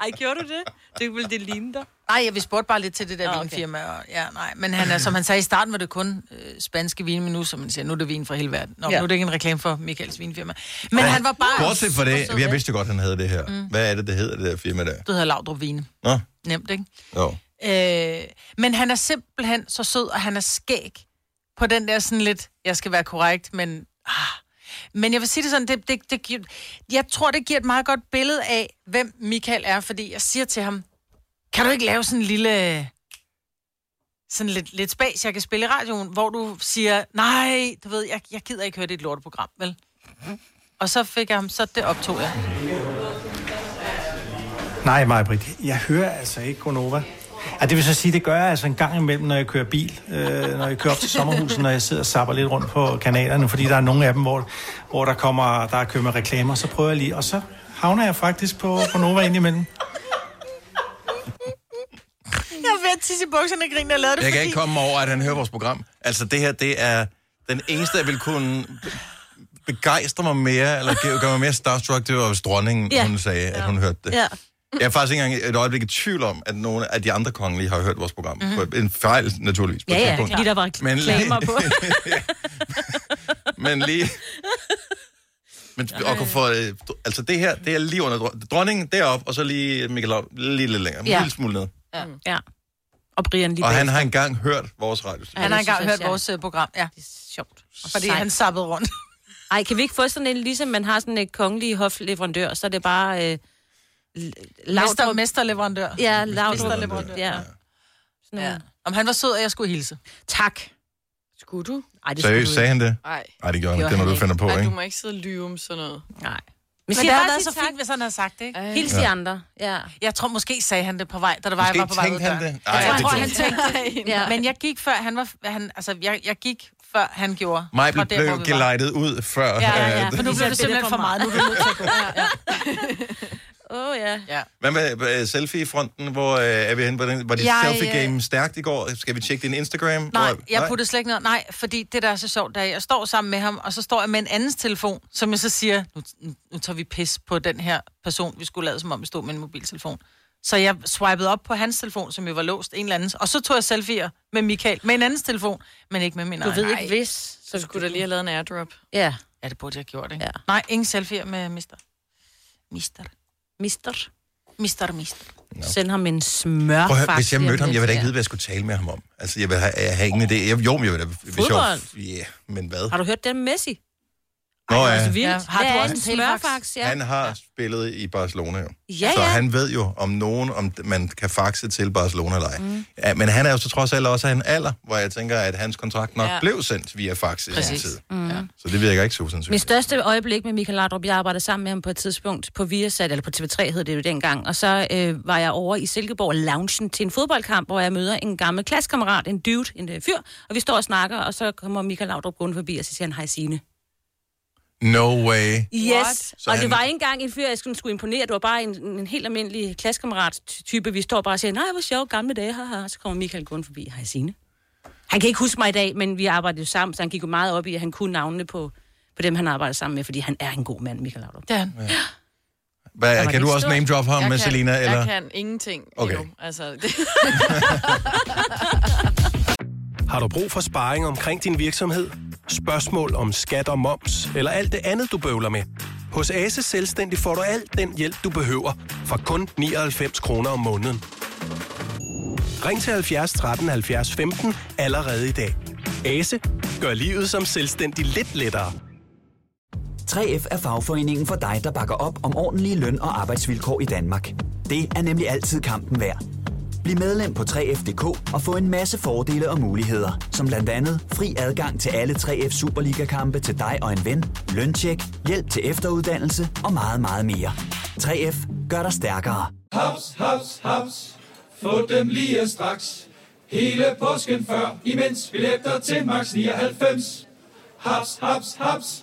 S10: Ej, gjorde du det? Det ville det ligne dig.
S3: Nej, jeg vi spurgte bare lidt til det der
S10: Ah,
S3: ah,
S10: okay.
S3: vinfirma. Og, ja, nej. Men han er, som han sagde i starten, var det kun øh, spanske vine, men nu, som man siger, nu er det vin fra hele verden. Nå,
S10: Ja.
S3: ja. nu er det ikke en reklame for Michaels vinfirma. Men han var bare...
S1: Bortset fra det, jeg vidste godt, han havde det her. Mm. Hvad er det, det hedder, det der firma der?
S3: Du hedder Laudrup Vine.
S1: Nå,
S3: Nemt, ikke?
S1: jo.
S3: Øh, men han er simpelthen så sød, og han er skæg på den der sådan lidt, jeg skal være korrekt, men... Ah. Men jeg vil sige det sådan, det, det, det, giver, jeg tror, det giver et meget godt billede af, hvem Michael er, fordi jeg siger til ham, kan du ikke lave sådan en lille... Sådan lidt, lidt spas, jeg kan spille i radioen, hvor du siger, nej, du ved, jeg, jeg gider ikke høre dit lorteprogram, vel? Og så fik jeg ham, så det optog jeg.
S11: Nej, Majbrit, jeg hører altså ikke Gonova. Ja, det vil så sige, det gør jeg altså en gang imellem, når jeg kører bil, øh, når jeg kører op til sommerhuset, når jeg sidder og sapper lidt rundt på kanalerne, fordi der er nogle af dem, hvor, hvor der kommer, der er kørt med reklamer, så prøver jeg lige, og så havner jeg faktisk på, på Nova indimellem.
S3: Jeg er ved at tisse i bukserne og grine, jeg lavede det,
S1: Jeg kan ikke komme over, at han hører vores program. Altså, det her, det er den eneste, jeg vil kunne be- begejstre mig mere, eller gøre gøre mig mere starstruck, det var, hvis dronningen,
S10: Ja.
S1: yeah. hun sagde, at hun hørte det.
S10: Ja.
S1: Jeg er faktisk ikke engang et øjeblik i tvivl om, at nogle af de andre kongelige har hørt vores program. Mm-hmm. En fejl, naturligvis. På
S10: Ja,
S1: et
S10: ja,
S1: tidspunkt.
S10: fordi der var
S1: Men lige-
S10: reklamer på.
S1: Men lige... Men, og for, øh, altså det her, det er lige under dron- dronningen derop og så lige øh, Michael Laud, lige lidt længere, en
S10: Ja.
S1: lille smule ned.
S10: ja. Og Brian lige
S1: Og han
S10: bag.
S1: har engang hørt vores radio.
S3: Han har
S10: det
S3: engang
S10: synes jeg
S3: hørt
S10: også,
S3: vores øh, program, ja.
S10: Det er sjovt. Og
S3: Fordi
S10: sejt.
S3: han sappede rundt.
S10: Ej, kan vi ikke få sådan en, ligesom man har sådan en kongelig hofleverandør, så er det bare... Øh,
S3: Mester,
S10: Laudrup.
S3: mesterleverandør.
S10: Ja, Laudrup.
S1: Mesterleverandør.
S10: Ja. Sådan
S3: Ja.
S10: ja.
S3: Om han var sød, og jeg skulle hilse.
S10: Tak.
S8: Skulle du?
S10: Ej, det
S1: Seriøst, sagde han det?
S8: Nej.
S1: Nej, det gjorde
S10: Gjorde
S1: han. Det er
S10: han
S1: noget, du
S10: ikke.
S1: finder på,
S8: Nej, du
S1: ikke?
S8: må ikke sidde og lyve om sådan noget.
S10: Nej. Men,
S3: Men
S10: siger
S3: det
S10: bare
S3: havde været
S10: sige
S3: så
S10: tak.
S3: fint, hvis han havde sagt det, ikke?
S10: Hils de andre. Ja.
S3: Jeg tror, måske sagde han det på vej, da det var, jeg var på
S1: Måske
S3: vej ud
S1: tænkte han
S3: døren.
S1: det. Ej,
S3: Jeg
S1: det
S3: tror,
S1: gjorde
S3: han tænkte
S10: ja.
S3: det. Men jeg gik før, han var... Han, altså, jeg, jeg gik før han gjorde.
S1: Mig
S3: Fra
S1: blev,
S3: der, hvor
S1: blev
S3: vi var.
S1: gelejtet ud før.
S10: ja, ja.
S1: øh,
S3: For nu
S10: Fordi
S3: blev
S10: så
S3: det
S10: blev
S3: simpelthen
S10: det for
S3: for meget. Nu er du nødt til at gå.
S10: Åh, oh, ja.
S3: Ja.
S1: Hvad med øh, selfie-fronten? Hvor øh, er vi henne? Hvordan- Var det
S3: Jeg, øh,
S1: selfie-game stærkt i går? Skal vi tjekke din Instagram?
S3: Nej,
S1: Hvor-
S3: jeg puttede slet ikke noget. Nej, fordi det, der er så sjovt, da jeg står sammen med ham, og så står jeg med en andens telefon, som jeg så siger, nu, nu, nu tager vi pis på den her person, vi skulle lade som om, vi stod med en mobiltelefon. Så jeg swipede op på hans telefon, som jo var låst, en eller andens, og så tog jeg selfier med Michael med en andens telefon, men ikke med min
S10: Du
S3: egen.
S10: ved ikke, hvis...
S8: Så skulle du da lige have lavet en airdrop.
S10: Ja.
S3: Ja, det burde jeg have gjort, ikke?
S10: Ja.
S3: Ja. Nej, ingen selfier med mister. Mister.
S10: Mister.
S3: Mister, mister.
S10: Send ham en smør,
S1: Prøv at høre, hvis jeg mødte ham, jeg ville da ikke vide, hvad jeg skulle tale med ham om. Altså, jeg vil have, jeg har ingen idé. Jeg, jo, men jeg vil da... hvis jeg var-
S10: Fodbold?
S1: Ja, men hvad?
S10: Har du hørt den Messi?
S1: Nå ja,
S10: Altså vildt. Ja.
S3: har
S10: Hvad
S3: du
S10: er
S3: også
S10: en
S3: en telefax?
S10: smørfax? Ja.
S1: han har spillet i Barcelona jo.
S10: Ja,
S1: så
S10: ja.
S1: han ved jo, om nogen, om man kan faxe til Barcelona eller ej. Mm. Ja, men han er jo så trods alt også af en alder, hvor jeg tænker, at hans kontrakt nok
S10: Ja.
S1: ja. blev sendt via fax i sin
S10: Præcis.
S1: tid.
S10: Mm. Ja.
S1: Så det virker ikke så sandsynligt.
S10: Mit største øjeblik med Michael Laudrup, jeg arbejdede sammen med ham på et tidspunkt på Viasat, eller på TV3 hed det jo dengang, og så øh, var jeg over i Silkeborg loungen til en fodboldkamp, hvor jeg møder en gammel klassekammerat, en dude, en øh, fyr, og vi står og snakker, og så kommer Michael Laudrup gående forbi, og så siger han, hej Signe.
S1: No way.
S10: Yes,
S1: Så
S10: og
S1: han-
S10: det var ikke engang en fyr, jeg skulle, skulle imponere, det var bare en, en helt almindelig klassekammerat-type, vi står bare og siger, nej, hvor sjovt, gamle dage, haha, så kommer Michael gående forbi, hej Signe. Han kan ikke huske mig i dag, men vi arbejdede jo sammen, så han gik jo meget op i, at han kunne navnene på, på dem, han arbejdede sammen med, fordi han er en god mand, Michael Laudrup.
S3: Det er han.
S8: Der
S1: Hvad,
S8: var
S1: kan du
S8: det
S1: også
S8: stort.
S1: name drop ham
S8: jeg
S1: med
S8: kan,
S1: Selina? Eller?
S8: Jeg kan ingenting
S1: Okay.
S8: endnu. Altså, det...
S12: Har du brug for sparring omkring din virksomhed? Spørgsmål om skat og moms, eller alt det andet, du bøvler med? Hos Ase Selvstændig får du alt den hjælp, du behøver, for kun 99 kroner om måneden. Ring til 70 13 70 15 allerede i dag. Ase gør livet som selvstændig lidt lettere.
S13: 3F er fagforeningen for dig, der bakker op om ordentlige løn- og arbejdsvilkår i Danmark. Det er nemlig altid kampen værd. Bliv medlem på 3F.dk og få en masse fordele og muligheder, som blandt andet fri adgang til alle 3F Superliga-kampe til dig og en ven, løntjek, hjælp til efteruddannelse og meget, meget mere. 3F gør dig stærkere.
S14: Haps, haps, haps. Få dem lige straks. Hele påsken før, imens billetter til max 99. Haps, haps, haps.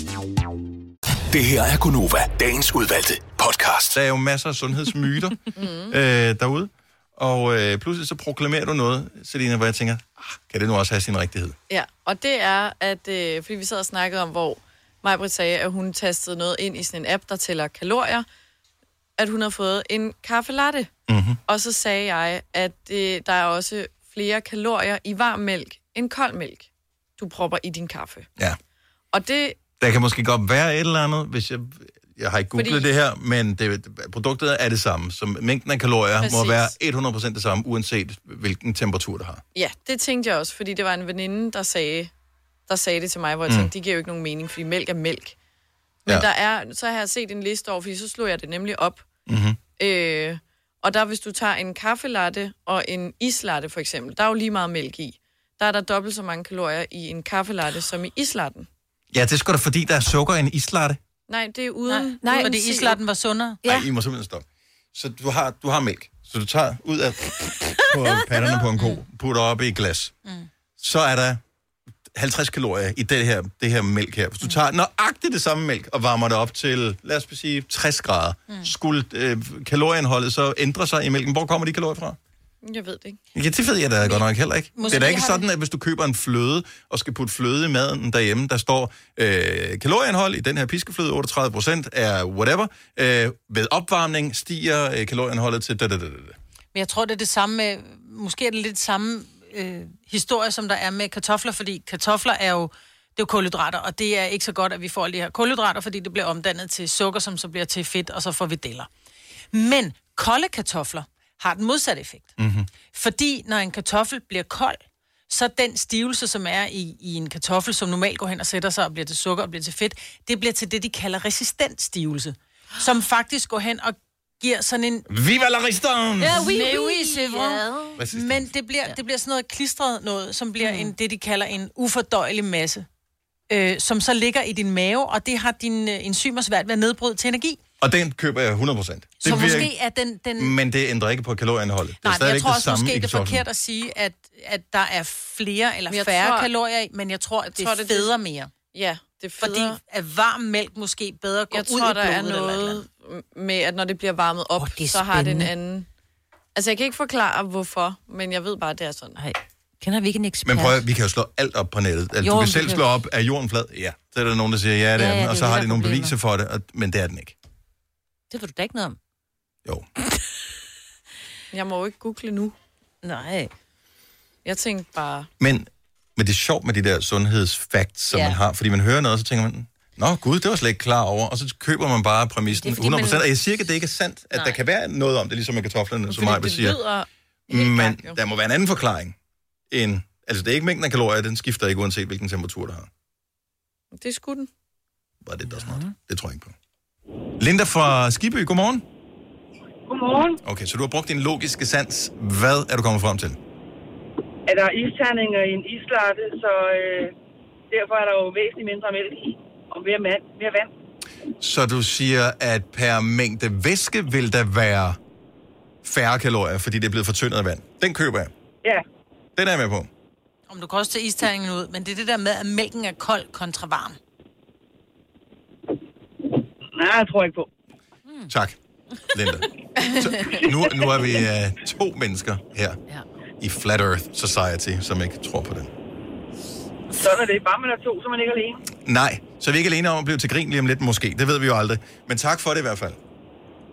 S7: Det her er Gunova, dagens udvalgte podcast.
S1: Der er jo masser af sundhedsmyter
S10: Mm.
S1: øh, derude, og øh, pludselig så proklamerer du noget, Selina, hvor jeg tænker, ah, kan det nu også have sin rigtighed?
S8: Ja, og det er, at øh, fordi vi sad og snakkede om, hvor Majbrit sagde, at hun tastede noget ind i sådan en app, der tæller kalorier, at hun havde fået en kaffe latte.
S1: Mm-hmm.
S8: Og så sagde jeg, at øh, der er også flere kalorier i varm mælk end kold mælk, du propper i din kaffe.
S1: Ja.
S8: Og det,
S1: Der kan måske godt være et eller andet, hvis jeg... Jeg har ikke googlet
S8: Fordi-
S1: Fordi... det her, men det, produktet er det samme. Så mængden af kalorier Præcis. må
S8: Præcis.
S1: være 100% det samme, uanset hvilken temperatur det har.
S8: ja, det tænkte jeg også, fordi det var en veninde, der sagde, der sagde det til mig, hvor jeg tænkte,
S1: Mm.
S8: det giver jo ikke nogen mening, fordi mælk er mælk. Men
S1: Ja.
S8: ja. der er, så har jeg set en liste over, fordi så slog jeg det nemlig op,
S1: Mm-hmm.
S8: Øh, og der, hvis du tager en kaffelatte og en islatte for eksempel, der er jo lige meget mælk i. Der er der dobbelt så mange kalorier i en kaffelatte som i islatten.
S1: Ja, det er sgu da fordi, der er sukker i en islatte.
S8: Nej, det er uden... Nej,
S3: nej, fordi islatten var sundere.
S1: Ja. Ej, I må simpelthen stoppe. Så du har, du har mælk. Så du tager ud af på patterne på en ko, putter op i et glas. Mm. Så er der 50 kalorier i det her, det her mælk her. Hvis du tager nøjagtigt det samme mælk og varmer det op til, lad os sige, 60 grader, mm. skulle øh, kalorieindholdet så ændre sig i mælken. Hvor kommer de kalorier fra?
S8: Jeg ved det ikke.
S1: Ja, det ved jeg da godt nok heller ikke. Måske
S8: Måske
S1: det er da ikke
S8: har
S1: sådan, at hvis du køber en fløde og skal putte fløde i maden derhjemme, der står øh, kalorieindhold i den her piskefløde, 38 procent er whatever. Øh, ved opvarmning stiger øh, kalorieindholdet til... Da, da, da, da.
S3: Men jeg tror, det er det samme med, måske er det lidt samme øh, historie, som der er med kartofler, fordi kartofler er jo, det er jo kulhydrater, og det er ikke så godt, at vi får alle de her kulhydrater, fordi det bliver omdannet til sukker, som så bliver til fedt, og så får vi deller. Men kolde kartofler har den modsatte effekt.
S15: Mm-hmm.
S3: Fordi når en kartoffel bliver kold, så den stivelse, som er i, i en kartoffel, som normalt går hen og sætter sig og bliver til sukker og bliver til fedt, det bliver til det, de kalder resistent stivelse, som faktisk går hen og giver sådan en...
S1: Viva la resistance!
S3: Ja, oui,
S10: Mais
S3: oui,
S10: Ah, oui,
S3: c'est vrai.
S1: Resistance.
S3: Men det bliver, det bliver sådan noget klistret noget, som
S1: Mm.
S3: bliver en, det, de kalder en ufordøjelig masse, øh, som så ligger i din mave, og det har dine øh, enzymer svært ved at nedbryde til energi.
S1: Og den køber jeg 100 procent.
S3: Så måske er den... den
S1: Men Mm, det ændrer ikke på kalorieindholdet.
S3: Nej,
S1: det er
S3: men jeg
S1: ikke
S3: tror
S1: det
S3: også,
S1: samme
S3: måske
S1: i
S3: det er
S1: kartoflen.
S3: forkert at sige, at, at der er flere
S8: Men
S3: eller
S8: jeg
S3: færre
S8: tror-
S3: tror, kalorier i, men jeg tror, at det
S8: tror,
S3: tror,
S8: det er det.
S3: federe mere.
S8: Ja, det federe.
S3: Fordi at varm mælk måske bedre går
S8: Jeg
S3: ud
S8: tror,
S3: i
S8: der er
S3: blodet eller et eller
S8: noget med, at når det bliver varmet op, oh,
S3: er
S8: så har det en
S3: spændende.
S8: anden... Altså, jeg kan ikke forklare, hvorfor, men jeg ved bare, at det er sådan.
S10: Nej. Kender vi ikke en ekspert?
S1: Men prøv at, vi kan jo slå alt op på nettet. Altså,
S8: Jo,
S1: du
S8: men
S1: kan
S8: det
S1: selv
S8: kan
S1: slå
S8: vi.
S1: op, er jorden flad? Ja. Så er der nogen, der siger, ja, det
S10: Ja,
S1: er
S10: ja,
S1: den,
S10: det er
S1: og så
S10: det,
S1: har
S10: der
S1: de
S10: er
S1: nogle
S10: problemet.
S1: beviser for det, og, men det er den ikke.
S10: Det ved du da ikke noget om.
S1: Jo.
S8: Jeg må jo ikke google nu. Nej. Jeg tænkte bare...
S1: Men, men det er sjovt med de der sundhedsfacts, som
S8: Ja.
S1: ja. man har, fordi man hører noget, og så tænker man, Nå gud, det var jeg slet ikke klar over, og så køber man bare præmissen
S8: Det er, fordi man-
S1: 100%, og jeg siger ikke, at det ikke er sandt, at
S8: Nej.
S1: Nej. der kan være noget om det, ligesom med kartoflerne, som Maja
S8: det
S1: siger.
S8: lyder...
S1: Men der må være en anden forklaring end... Altså, det er ikke mængden af kalorier, den skifter ikke, uanset hvilken temperatur der har.
S8: Det skulle den.
S1: Var det der smart?
S8: Mhm.
S1: Det tror jeg ikke på. Linda fra Skiby, godmorgen.
S15: Godmorgen.
S1: Okay, så du har brugt din logiske sans. Hvad er du kommet frem til?
S15: At der er isterninger i en islatte, så øh, derfor er der jo væsentligt mindre mælk i, og mere, mand, mere vand.
S1: Så du siger, at per mængde væske vil der være færre kalorier, fordi det er blevet fortyndet af vand. Den køber jeg.
S15: Ja.
S1: Den er jeg med på.
S3: Om du kan også tage isterningen ud, men det er det der med, at mælken er kold kontra varm.
S15: Nej, jeg tror ikke på.
S1: Tak, Linda. Så, nu, nu er vi uh, to mennesker her ja. i Flat Earth Society, som ikke tror på det.
S15: Sådan er det. Bare man er to, så er man ikke alene.
S1: Nej, så er vi ikke alene om at blive til grin lige om lidt måske. Det ved vi jo aldrig. Men tak for det i hvert fald.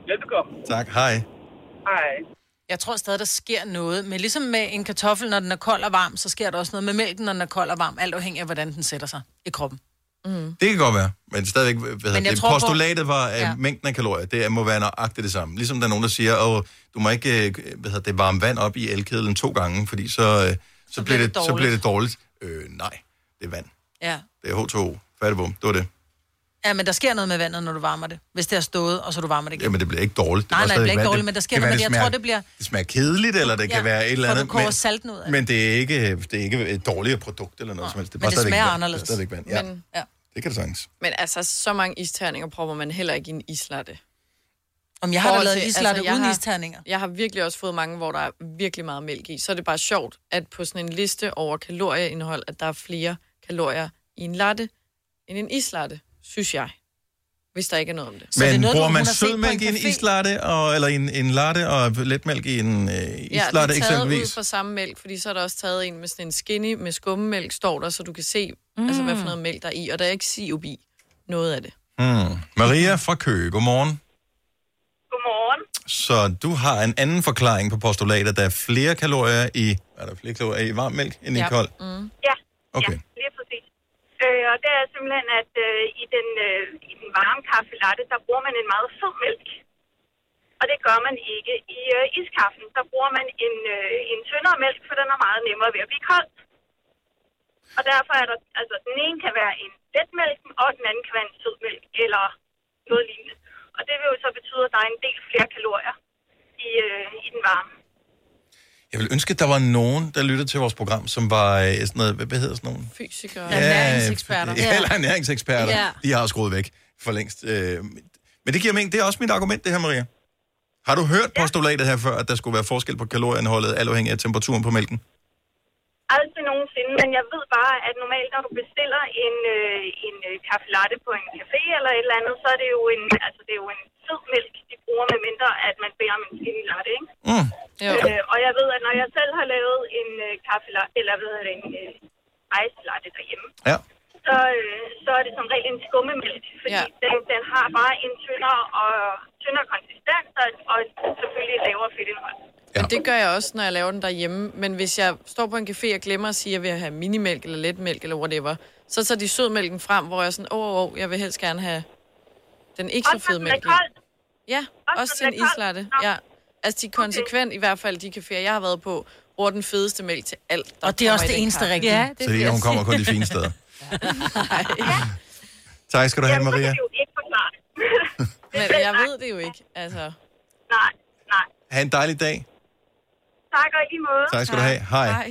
S15: Velbekomme.
S1: Tak, hej.
S15: Hej.
S3: Jeg tror stadig, der sker noget, men ligesom med en kartoffel, når den er kold og varm, så sker der også noget med mælken, når den er kold og varm, alt afhængig af, hvordan den sætter sig i kroppen. Mm.
S1: Det kan godt være, men stadigvæk, hvad hedder
S3: jeg
S1: det,
S3: tror på-
S1: postulatet var at
S3: Ja.
S1: ja. mængden af kalorier, det må være nøjagtigt det samme. Ligesom der er nogen, der siger, at du må ikke øh, hvad hedder det, varme vand op i elkedlen to gange, fordi så, øh, så, så, bliver, det, så
S3: dårligt.
S1: bliver det dårligt. Øh, nej, det er vand.
S3: Ja.
S1: Det er H2O. Færdig bum. Det var det.
S3: ja, men der sker noget med vandet, når du varmer det. Hvis det har stået, og så du varmer det igen.
S1: Jamen, det bliver ikke dårligt.
S3: Nej, nej,
S1: var
S3: det
S1: stadig
S3: bliver ikke
S1: vand.
S3: dårligt, men der sker
S1: kan
S3: noget,
S1: være,
S3: men jeg
S1: smager-
S3: tror, det bliver-
S1: Det smager kedeligt, eller det kan
S3: Ja,
S1: være et eller
S3: for
S1: andet.
S3: du koger salten ud af det.
S1: men det er ikke, det er ikke et dårligere produkt eller noget som helst. Det er bare
S3: men det
S1: stadigvæk
S3: smager
S1: vand.
S3: anderledes.
S1: Det er stadigvæk vand. Ja,
S8: Men,
S3: ja.
S1: det kan det sagtens.
S8: Men altså, så mange isterninger propper man heller ikke i en islatte.
S3: Om jeg har da
S8: Forhold
S3: lavet
S8: til-
S3: islatte
S8: jeg
S3: uden
S8: har-
S3: isterninger.
S8: Jeg har virkelig også fået mange, hvor der er virkelig meget mælk i. Så er det bare sjovt, at på sådan en liste over kalorieindhold, at der er flere kalorier i en latte end en islatte, synes jeg. Hvis der ikke er noget om det.
S1: Så men noget, bruger man sødmælk i en islatte, og, eller en, en latte, og letmælk i en øh,
S8: Ja,
S1: islatte
S8: det er taget ud
S1: eksempelvis?
S8: fra samme mælk, fordi så er der også taget en med sådan en skinny med skummemælk, står der, så du kan se, mm. altså, hvad for noget mælk der er i. Og der er ikke sirup i noget af det.
S1: Hmm. Maria fra Køge, godmorgen.
S15: Godmorgen.
S1: Så du har en anden forklaring på postulatet, der er flere kalorier i, er der flere kalorier i varm mælk end i kold?
S15: Mm. Ja.
S1: Okay.
S15: ja, lige præcis. Øh, og det er simpelthen, at øh, i, den, øh, i den varme kaffe latte, der bruger man en meget sød mælk. Og det gør man ikke i øh, iskaffen. Der bruger man en, øh, en tyndere mælk, for den er meget nemmere ved at blive kold. Og derfor er der, altså den ene kan være en letmælk, og den anden kan være en sødmælk, eller noget lignende. Og det vil jo så betyde, at der er en del flere kalorier i, øh, i den varme.
S1: Jeg vil ønske, at der var nogen, der lyttede til vores program, som var øh, sådan noget, hvad, hvad hedder sådan nogen?
S8: Fysikere.
S3: Ernæringseksperter.
S1: Ja, eller ernæringseksperter.
S3: Ja.
S1: Ja. De har skruet væk for længst. øh, Men det giver mening. Det er også mit argument, det her, Maria. Har du hørt postulatet her før, at der skulle være forskel på kalorieindholdet, alt afhængig af temperaturen på mælken?
S15: Aldrig nogensinde, men jeg ved bare, at normalt, når du bestiller en, øh, en øh, kaffe latte på en café eller et eller andet, så er det jo en, altså, det er jo en sød mælk, de bruger, med mindre at man beder om en skinny latte, ikke?
S1: Mm.
S15: Øh, og jeg ved, at når jeg selv har lavet en øh, kaffe latte, eller hvad hedder det, en øh, ice latte derhjemme,
S1: Ja.
S15: så, øh, så er det som regel en skummemælk, fordi ja. den, den har bare en tyndere, og, tyndere konsistens og, og selvfølgelig et lavere fedtindhold.
S8: Ja. Og det gør jeg også, når jeg laver den derhjemme. Men hvis jeg står på en café og glemmer at sige, at jeg vil have minimælk eller letmælk eller whatever, så tager de sødmælken frem, hvor jeg er sådan, åh, oh, oh, jeg vil helst gerne have den ikke så
S15: Også når
S8: fede
S15: den er
S8: mælk. i."
S15: kold?
S8: Ja, også, også til
S15: når
S8: en
S15: den er kold?
S8: islatte. Ja. Altså, de er konsekvent, okay. i hvert fald de caféer, jeg har været på, bruger den fedeste mælk til alt. Der
S3: Og det er også
S8: kommer i
S3: det
S8: den
S3: eneste
S8: kaffe.
S3: rigtige. Ja,
S1: Så det, hun kommer kun de fine steder. Tak skal du have, Maria.
S15: jo ikke forklare det.
S8: Men jeg ved det jo ikke, altså.
S15: Nej, nej.
S1: Ha' en dejlig dag.
S15: Tak og i lige måde.
S1: Tak skal du have. Hej. Hej.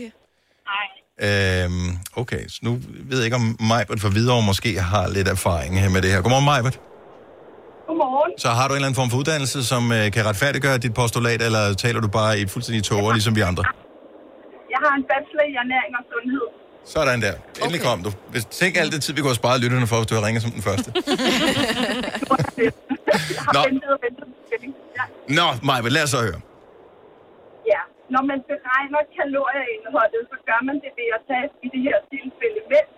S1: Øhm, okay, så nu ved jeg ikke, om Majbert fra Hvidovre måske har lidt erfaring her med det her. Godmorgen, Majbert.
S15: Godmorgen.
S1: Så har du en eller anden form for uddannelse, som øh, kan retfærdiggøre dit postulat, eller taler du bare i fuldstændig tårer, ligesom vi andre?
S15: Jeg har en bachelor i ernæring og sundhed.
S1: Sådan der. Endelig kom du. Hvis, tænk alt det tid, vi kunne have sparet lytterne for, hvis du havde ringet som den første.
S15: jeg har
S1: Nå.
S15: ventet og ventet på stilling. Ja.
S1: Nå, Majbert, lad os så høre.
S15: ja. Når man beregner kalorieindholdet, så gør man det ved at tage i det her tilfælde mælk,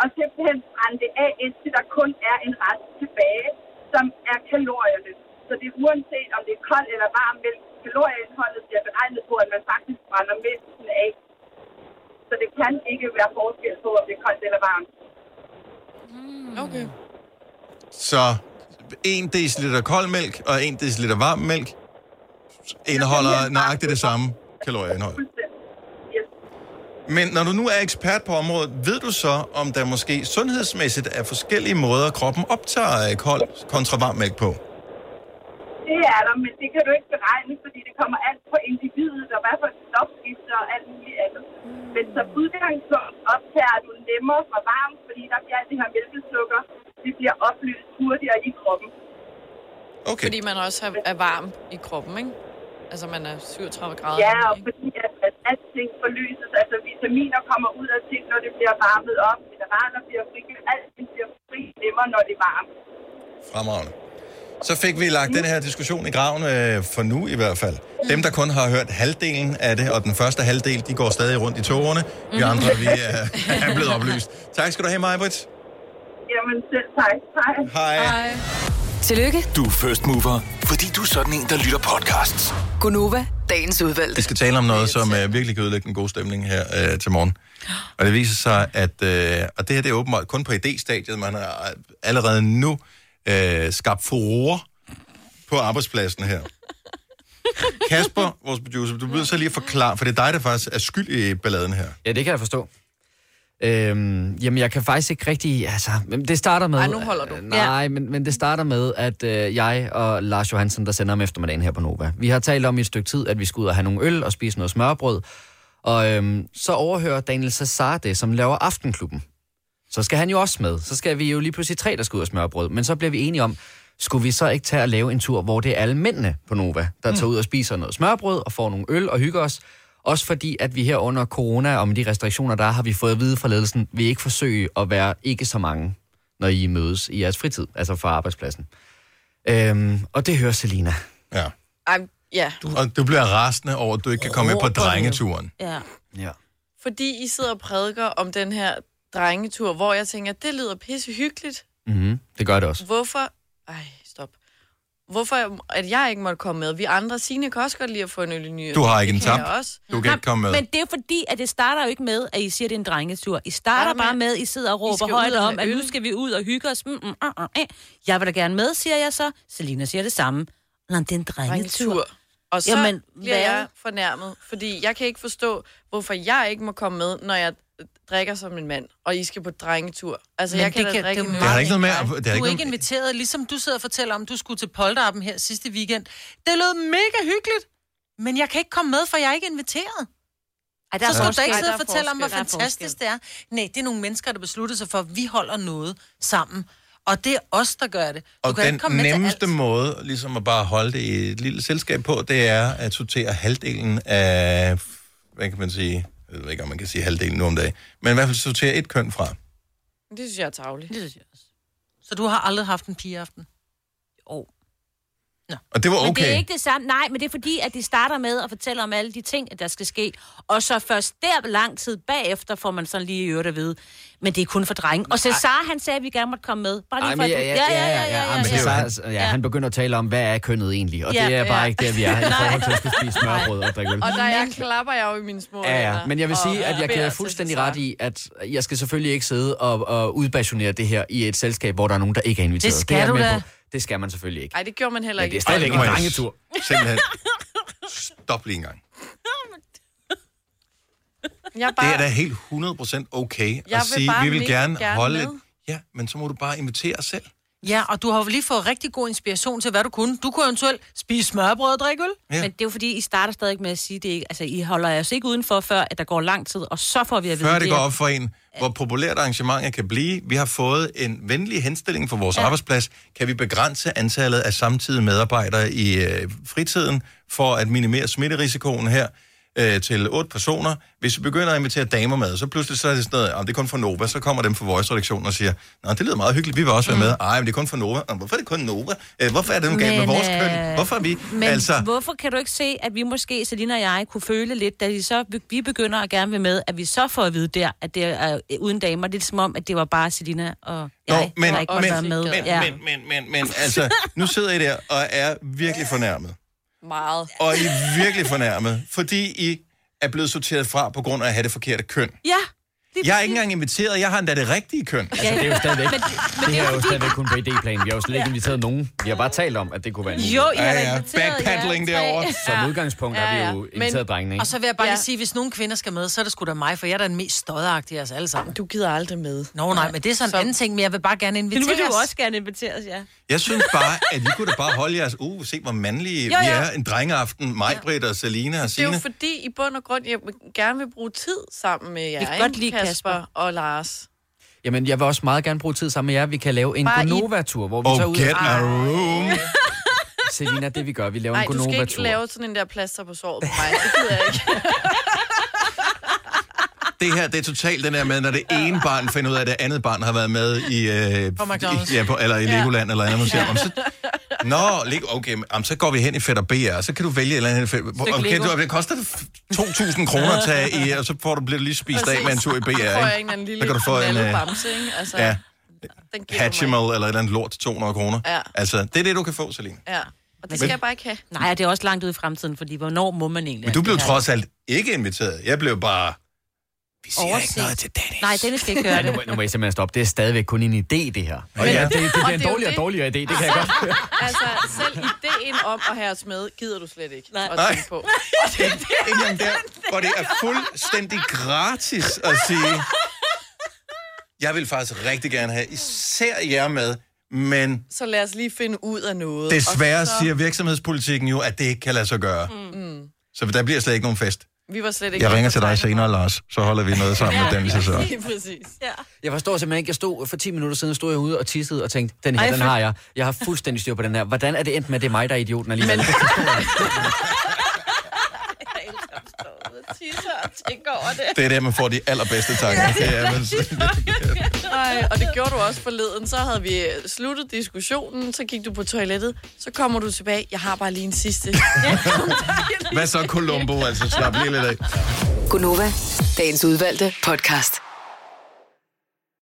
S15: og simpelthen brænde det af, indtil der kun er en rest tilbage, som er kalorierne. Så det er uanset, om det er kold eller varm mælk, kalorieindholdet bliver beregnet
S16: beregnet på, at man faktisk brænder mindsten af. Så det kan ikke være forskel på, om det er koldt eller varmt.
S8: Mm, Okay.
S1: Så 1 dl kold mælk og 1 dl varm mælk indeholder nøjagtigt det samme kalorieindhold. Men når du nu er ekspert på området, ved du så, om der måske sundhedsmæssigt er forskellige måder, kroppen optager øh, kold kontra varm mælk på?
S16: Det er der, men det kan du ikke beregne, fordi det kommer alt på individet, og hvad for et stofskifte og alt muligt andet. Men som udgangspunkt optager du nemmere fra varm, fordi der bliver alt det her mælkesukker. Det bliver opløst hurtigere i kroppen.
S1: Okay.
S8: Fordi man også er, er varm i kroppen, ikke? Altså, man er 37 grader.
S16: Ja, og fordi at, at alting forløses, altså vitaminer kommer ud af ting, når det bliver varmet op, mineraler bliver frigivet, alt bliver fri nemmere, når det er varmt.
S1: Fremragende. Så fik vi lagt den her diskussion i graven, øh, for nu i hvert fald. Dem, der kun har hørt halvdelen af det, og den første halvdel, de går stadig rundt i togerne. Vi andre, vi er, er blevet oplyst. Tak skal du have, Majbrit.
S16: Jamen, selv tak. Hej.
S1: Hej.
S16: Hej.
S1: Tillykke.
S7: Du er first mover, fordi du er sådan en, der lytter podcasts.
S17: Gunova, dagens udvalgte.
S1: Vi skal tale om noget, som uh, virkelig kan ødelægge en god stemning her uh, til morgen. Og det viser sig, at... Uh, og det her det er åbenbart kun på idéstadiet. Man har øh, allerede nu uh, skabt furore på arbejdspladsen her. Kasper, vores producer, du bliver så lige at forklare, for det er dig, der faktisk er skyld i balladen her.
S4: Ja, det kan jeg forstå. Øhm, jamen, jeg kan faktisk ikke rigtig... Altså, men det starter med...
S8: Ej, nu holder du.
S4: Øh, nej, ja. men, men det starter med, at øh, jeg og Lars Johansen, der sender om eftermiddagen her på Nova, vi har talt om i et stykke tid, at vi skal ud og have nogle øl og spise noget smørbrød. Og øhm, så overhører Daniel Cesar det, som laver Aftenklubben. Så skal han jo også med. Så skal vi jo lige pludselig tre, der skal ud og smørbrød. Men så bliver vi enige om, skulle vi så ikke tage og lave en tur, hvor det er alle mændene på Nova, der tager ud og spiser noget smørbrød og får nogle øl og hygger os. Også fordi, at vi her under corona og med de restriktioner, der er, har vi fået at vide fra ledelsen, vi ikke forsøge at være ikke så mange, når I mødes i jeres fritid, altså fra arbejdspladsen. Øhm, og det hører Selina.
S1: Ja.
S8: Ej, ja.
S1: Og du bliver rasende over, at du ikke kan komme med på drengeturen.
S8: ja.
S4: Ja.
S8: Fordi I sidder og prædiker om den her drengetur, hvor jeg tænker, det lyder pisse hyggeligt.
S4: Mm-hmm. Det gør det også.
S8: Hvorfor... Ej, stop. Hvorfor, at jeg ikke måtte komme med? Vi andre, Signe, kan også godt lide at få en øl i ny.
S1: Du har ikke
S8: Det
S1: en
S8: kan
S1: tap.
S8: jeg Også.
S1: Du kan ikke komme med.
S10: Men det er fordi, at det starter jo ikke med, at I siger, at det er en drengetur. I starter bare med, at I sidder og
S8: skal
S10: råber
S8: ud
S10: højt
S8: og have
S10: om, at nu
S8: øl.
S10: skal vi ud og hygge os. Mm, mm, ah, ah, ah. Jeg vil da gerne med, siger jeg så. Selina siger det samme. Nå, det er en drengetur.
S8: Og så Jamen, bliver jeg fornærmet, fordi jeg kan ikke forstå, hvorfor jeg ikke må komme med, når jeg drikker som en mand, og I skal på drengetur. Altså,
S3: Men
S8: jeg kan
S3: det
S8: da
S3: kan-
S8: drikke
S3: det er
S8: en
S1: Det har ikke noget med... at- Det
S3: Du er
S1: har ikke
S3: ikke
S1: noget,
S3: inviteret, ligesom du sidder og fortæller om, du skulle til Polterappen her sidste weekend. Det lød mega hyggeligt, men jeg kan ikke komme med, for jeg er ikke inviteret. Ej,
S10: der er
S3: så skal du da
S10: forskel.
S3: ikke sidde og
S10: Ej, der er
S3: fortælle om, hvor
S10: forskel. Der er
S3: fantastisk det er. Nej, det er nogle mennesker, der beslutter sig for, at vi holder noget sammen. Og det er os, der gør det. Du
S1: og
S3: kan ikke
S1: den
S3: komme med til
S1: nemmeste måde, ligesom at bare holde det i et lille selskab på, det er at sortere halvdelen af, hvad kan man sige, jeg ved ikke, om man kan sige halvdelen nu om dagen, men i hvert fald sortere et køn fra.
S8: Det synes jeg er tavligt.
S3: Det synes jeg også. Så du har aldrig haft en pigeaften? Jo.
S1: Og det var
S10: Men det er
S1: okay.
S10: ikke det samme. Nej, men det er fordi, at de starter med at fortælle om alle de ting, der skal ske. Og så først der lang tid bagefter får man sådan lige i øvrigt at vide. Men det er kun for drenge. Og Cesar, han sagde, at vi gerne måtte komme med. Bare lige
S4: Ej,
S10: for
S4: men
S10: at...
S4: ja, ja, ja, ja, ja, men Cesar, altså, ja, Han begynder at tale om, hvad er kønnet egentlig, og det
S8: Ja,
S4: er bare
S8: ja.
S4: ikke der, vi er i
S8: Nej.
S4: forhold til at skulle spise smørbrød og drikke øl.
S8: Og der jeg klapper jeg jo i mine små
S4: Ja, ja.
S8: hænder
S4: Men jeg vil
S8: og
S4: sige, at jeg
S8: beder
S4: kan
S8: til
S4: fuldstændig ret i, at jeg skal selvfølgelig ikke sidde og, og udpassionere det her i et selskab, hvor der er nogen, der ikke er inviteret.
S8: Det skal
S4: er jeg
S8: du
S4: med
S8: da.
S4: på. Det skal man selvfølgelig ikke.
S8: Ej, det gjorde man heller
S4: Men
S8: ikke.
S4: det er stadigvæk en
S1: Ej,
S4: drengetur.
S1: Simpelthen. Stop lige en gang.
S8: Jeg er
S1: Det
S8: bare...
S1: er da helt 100% okay
S3: Jeg
S1: at
S3: vil
S1: sige,
S3: bare
S1: vi vil
S3: mega
S1: gerne,
S3: gerne
S1: holde
S3: med.
S1: et... Ja, men så må du bare invitere os selv.
S3: Ja, og du har jo lige fået rigtig god inspiration til, hvad du kunne. Du kunne eventuelt spise smørbrød og drikke øl.
S1: Ja.
S10: Men det er jo fordi, I starter stadig med at sige, det ikke, altså I holder jer altså ikke udenfor, før at der går lang tid, og så får vi at vide
S1: Før det går
S10: er-
S1: op for en, hvor populært arrangementer kan blive. Vi har fået en venlig henstilling for vores ja. arbejdsplads. Kan vi begrænse antallet af samtidige medarbejdere i øh, fritiden for at minimere smitterisikoen her øh, til otte personer? Hvis vi begynder at invitere damer med, så pludselig så er det sådan noget, "Jamen, det er kun for Nova, så kommer dem fra Voice-redaktionen og siger, Nå, det lyder meget hyggeligt, vi vil også
S10: Mm.
S1: være med. Ej, men det er kun for Nova. "Nå, Hvorfor er det kun Nova? Øh, Hvorfor er det nu galt med
S10: Men,
S1: vores
S10: øh,
S1: køn? Hvorfor er vi...
S10: Men altså... hvorfor kan du ikke se, at vi måske, Selina og jeg, kunne føle lidt, da vi, så, vi begynder at gerne vil med, at vi så får at vide der, at det er øh, uden damer. Det er som om, at det var bare Selina og jeg,
S1: men,
S10: der ikke
S1: men,
S10: var med.
S1: men, men, men, men, men, altså, nu sidder I der og er virkelig fornærmet.
S8: Meget.
S1: Og I er virkelig fornærmet, fordi I er blevet sorteret fra på grund af at have det forkerte køn.
S10: Ja.
S1: Jeg er ikke engang inviteret, jeg har endda det rigtige køn.
S4: Altså, det er jo stadigvæk,
S10: Men- men
S4: det
S10: det er
S4: her er jo
S10: fordi-
S4: stadigvæk kun på idéplan. Vi har jo slet ikke inviteret nogen. Vi har bare talt om, at det kunne være en
S2: Jo, I har da
S4: Ja, ja.
S2: inviteret jer
S4: Backpedaling
S2: tre.
S4: derovre.
S2: Ja.
S4: Som udgangspunkt er vi jo inviteret drengene, ikke?
S2: Og så vil jeg bare ja. lige sige, hvis nogle kvinder skal med, så er det sgu da mig, for jeg er da den mest stodderagtige af os alle sammen.
S8: Du gider aldrig med.
S2: Nå nej, men det er sådan en anden ting, men jeg vil bare gerne
S10: Men
S2: invitere
S10: nu vil du
S2: os.
S10: også gerne inviteres, ja.
S1: Jeg synes bare, at I kunne da bare holde jeres, uh, se hvor mandlige
S8: Jo,
S1: jo, ja.
S8: ja.
S1: vi er. En drengeaften, mig, Britt og Selina og
S8: Det er jo
S1: Signe.
S8: fordi, i bund og grund, jeg gerne vil bruge tid sammen med jer,
S10: Vi kan
S8: ikke?
S10: godt lide Kasper.
S8: og Lars.
S4: Jamen, jeg vil også meget gerne bruge tid sammen med jer. Vi kan lave en
S8: Bare i-
S4: Gonova-tur, hvor vi
S1: Oh,
S4: tager ud...
S1: get in a
S4: room! Selina, det vi gør, vi laver
S8: Nej,
S4: en
S8: du skal ikke
S4: Gonova-tur.
S8: lave sådan en der plaster på såret på mig. Det gider jeg ikke.
S1: Det her, det er totalt den der med, når det ene barn finder ud af, at det andet barn har været med i... Øh,
S2: På McDonald's.
S1: i ja, på, eller i Legoland eller andet museum. Så, nå, Lego, okay, men, jamen, så går vi hen i Fætter BR, og så kan du vælge et eller andet... Fætter,
S2: Stykke
S1: okay,
S2: Lego.
S1: du, det koster 2.000 kroner at tage i, og så får du, bliver du lige spist af med en tur i BR,
S8: Så får jeg en eller
S1: ikke?
S8: anden lille
S1: Så kan du få en...
S8: knaldet
S1: øh,
S8: bamse, ikke? Altså,
S1: ja,
S8: den giver du mig.
S1: Hatchimal eller et eller andet lort til 200 kroner.
S8: Ja.
S1: Altså, det er det, du kan få, Selina.
S8: Ja, og det skal
S1: Men-
S8: jeg bare ikke have.
S10: Nej, og det er også langt ud i fremtiden, fordi hvornår må man egentlig?
S1: Men du
S10: alt
S1: blev
S10: det her?
S1: trods alt ikke inviteret. Jeg blev bare... Vi siger Overset. ikke noget til Dennis.
S10: Nej, Dennis skal ikke gøre
S4: Nej, nu,
S10: det.
S4: må- nu må I simpelthen stoppe. Det er stadigvæk kun en idé, det her. Og
S1: Men-
S4: ja, det, det
S8: Og
S4: bliver
S8: det
S4: en
S8: er jo
S4: dårligere og
S8: det.
S4: dårligere idé, det kan jeg godt
S8: Altså, selv ideen om at have os med, gider du slet ikke Nej. at
S1: Nej.
S8: tænke på. Og det,
S1: Ikke engang der, hvor det er fuldstændig gratis at sige, jeg vil faktisk rigtig gerne have især jer med, men
S8: så lad os lige finde ud af noget.
S1: desværre
S8: Og så,
S1: siger virksomhedspolitikken jo, at det ikke kan lade sig gøre.
S8: Mm.
S1: Så der bliver slet ikke nogen fest.
S8: Vi var slet ikke...
S1: Jeg ringer til dig senere, Lars, så holder vi noget sammen med Dennis og så.
S8: Lige præcis. Ja.
S4: Jeg forstår simpelthen ikke. Jeg stod for 10 minutter siden, stod jeg ude og tissede og tænkte, den her,
S8: Ej,
S4: den
S8: for-
S4: har jeg. Jeg har fuldstændig styr på den her. Hvordan er det endt med, at det er mig, der er idioten alligevel? Men...
S8: Tisser og tænker over det.
S1: Det er der, man får de allerbedste tanker. Det er, man,
S8: Ej, og det gjorde du også forleden. Så havde vi øh, sluttet diskussionen, så gik du på toilettet, så kommer du tilbage. Jeg har bare lige en sidste.
S1: hvad så, Columbo? Altså, slap lige lidt af.
S17: Gunova, dagens udvalgte podcast.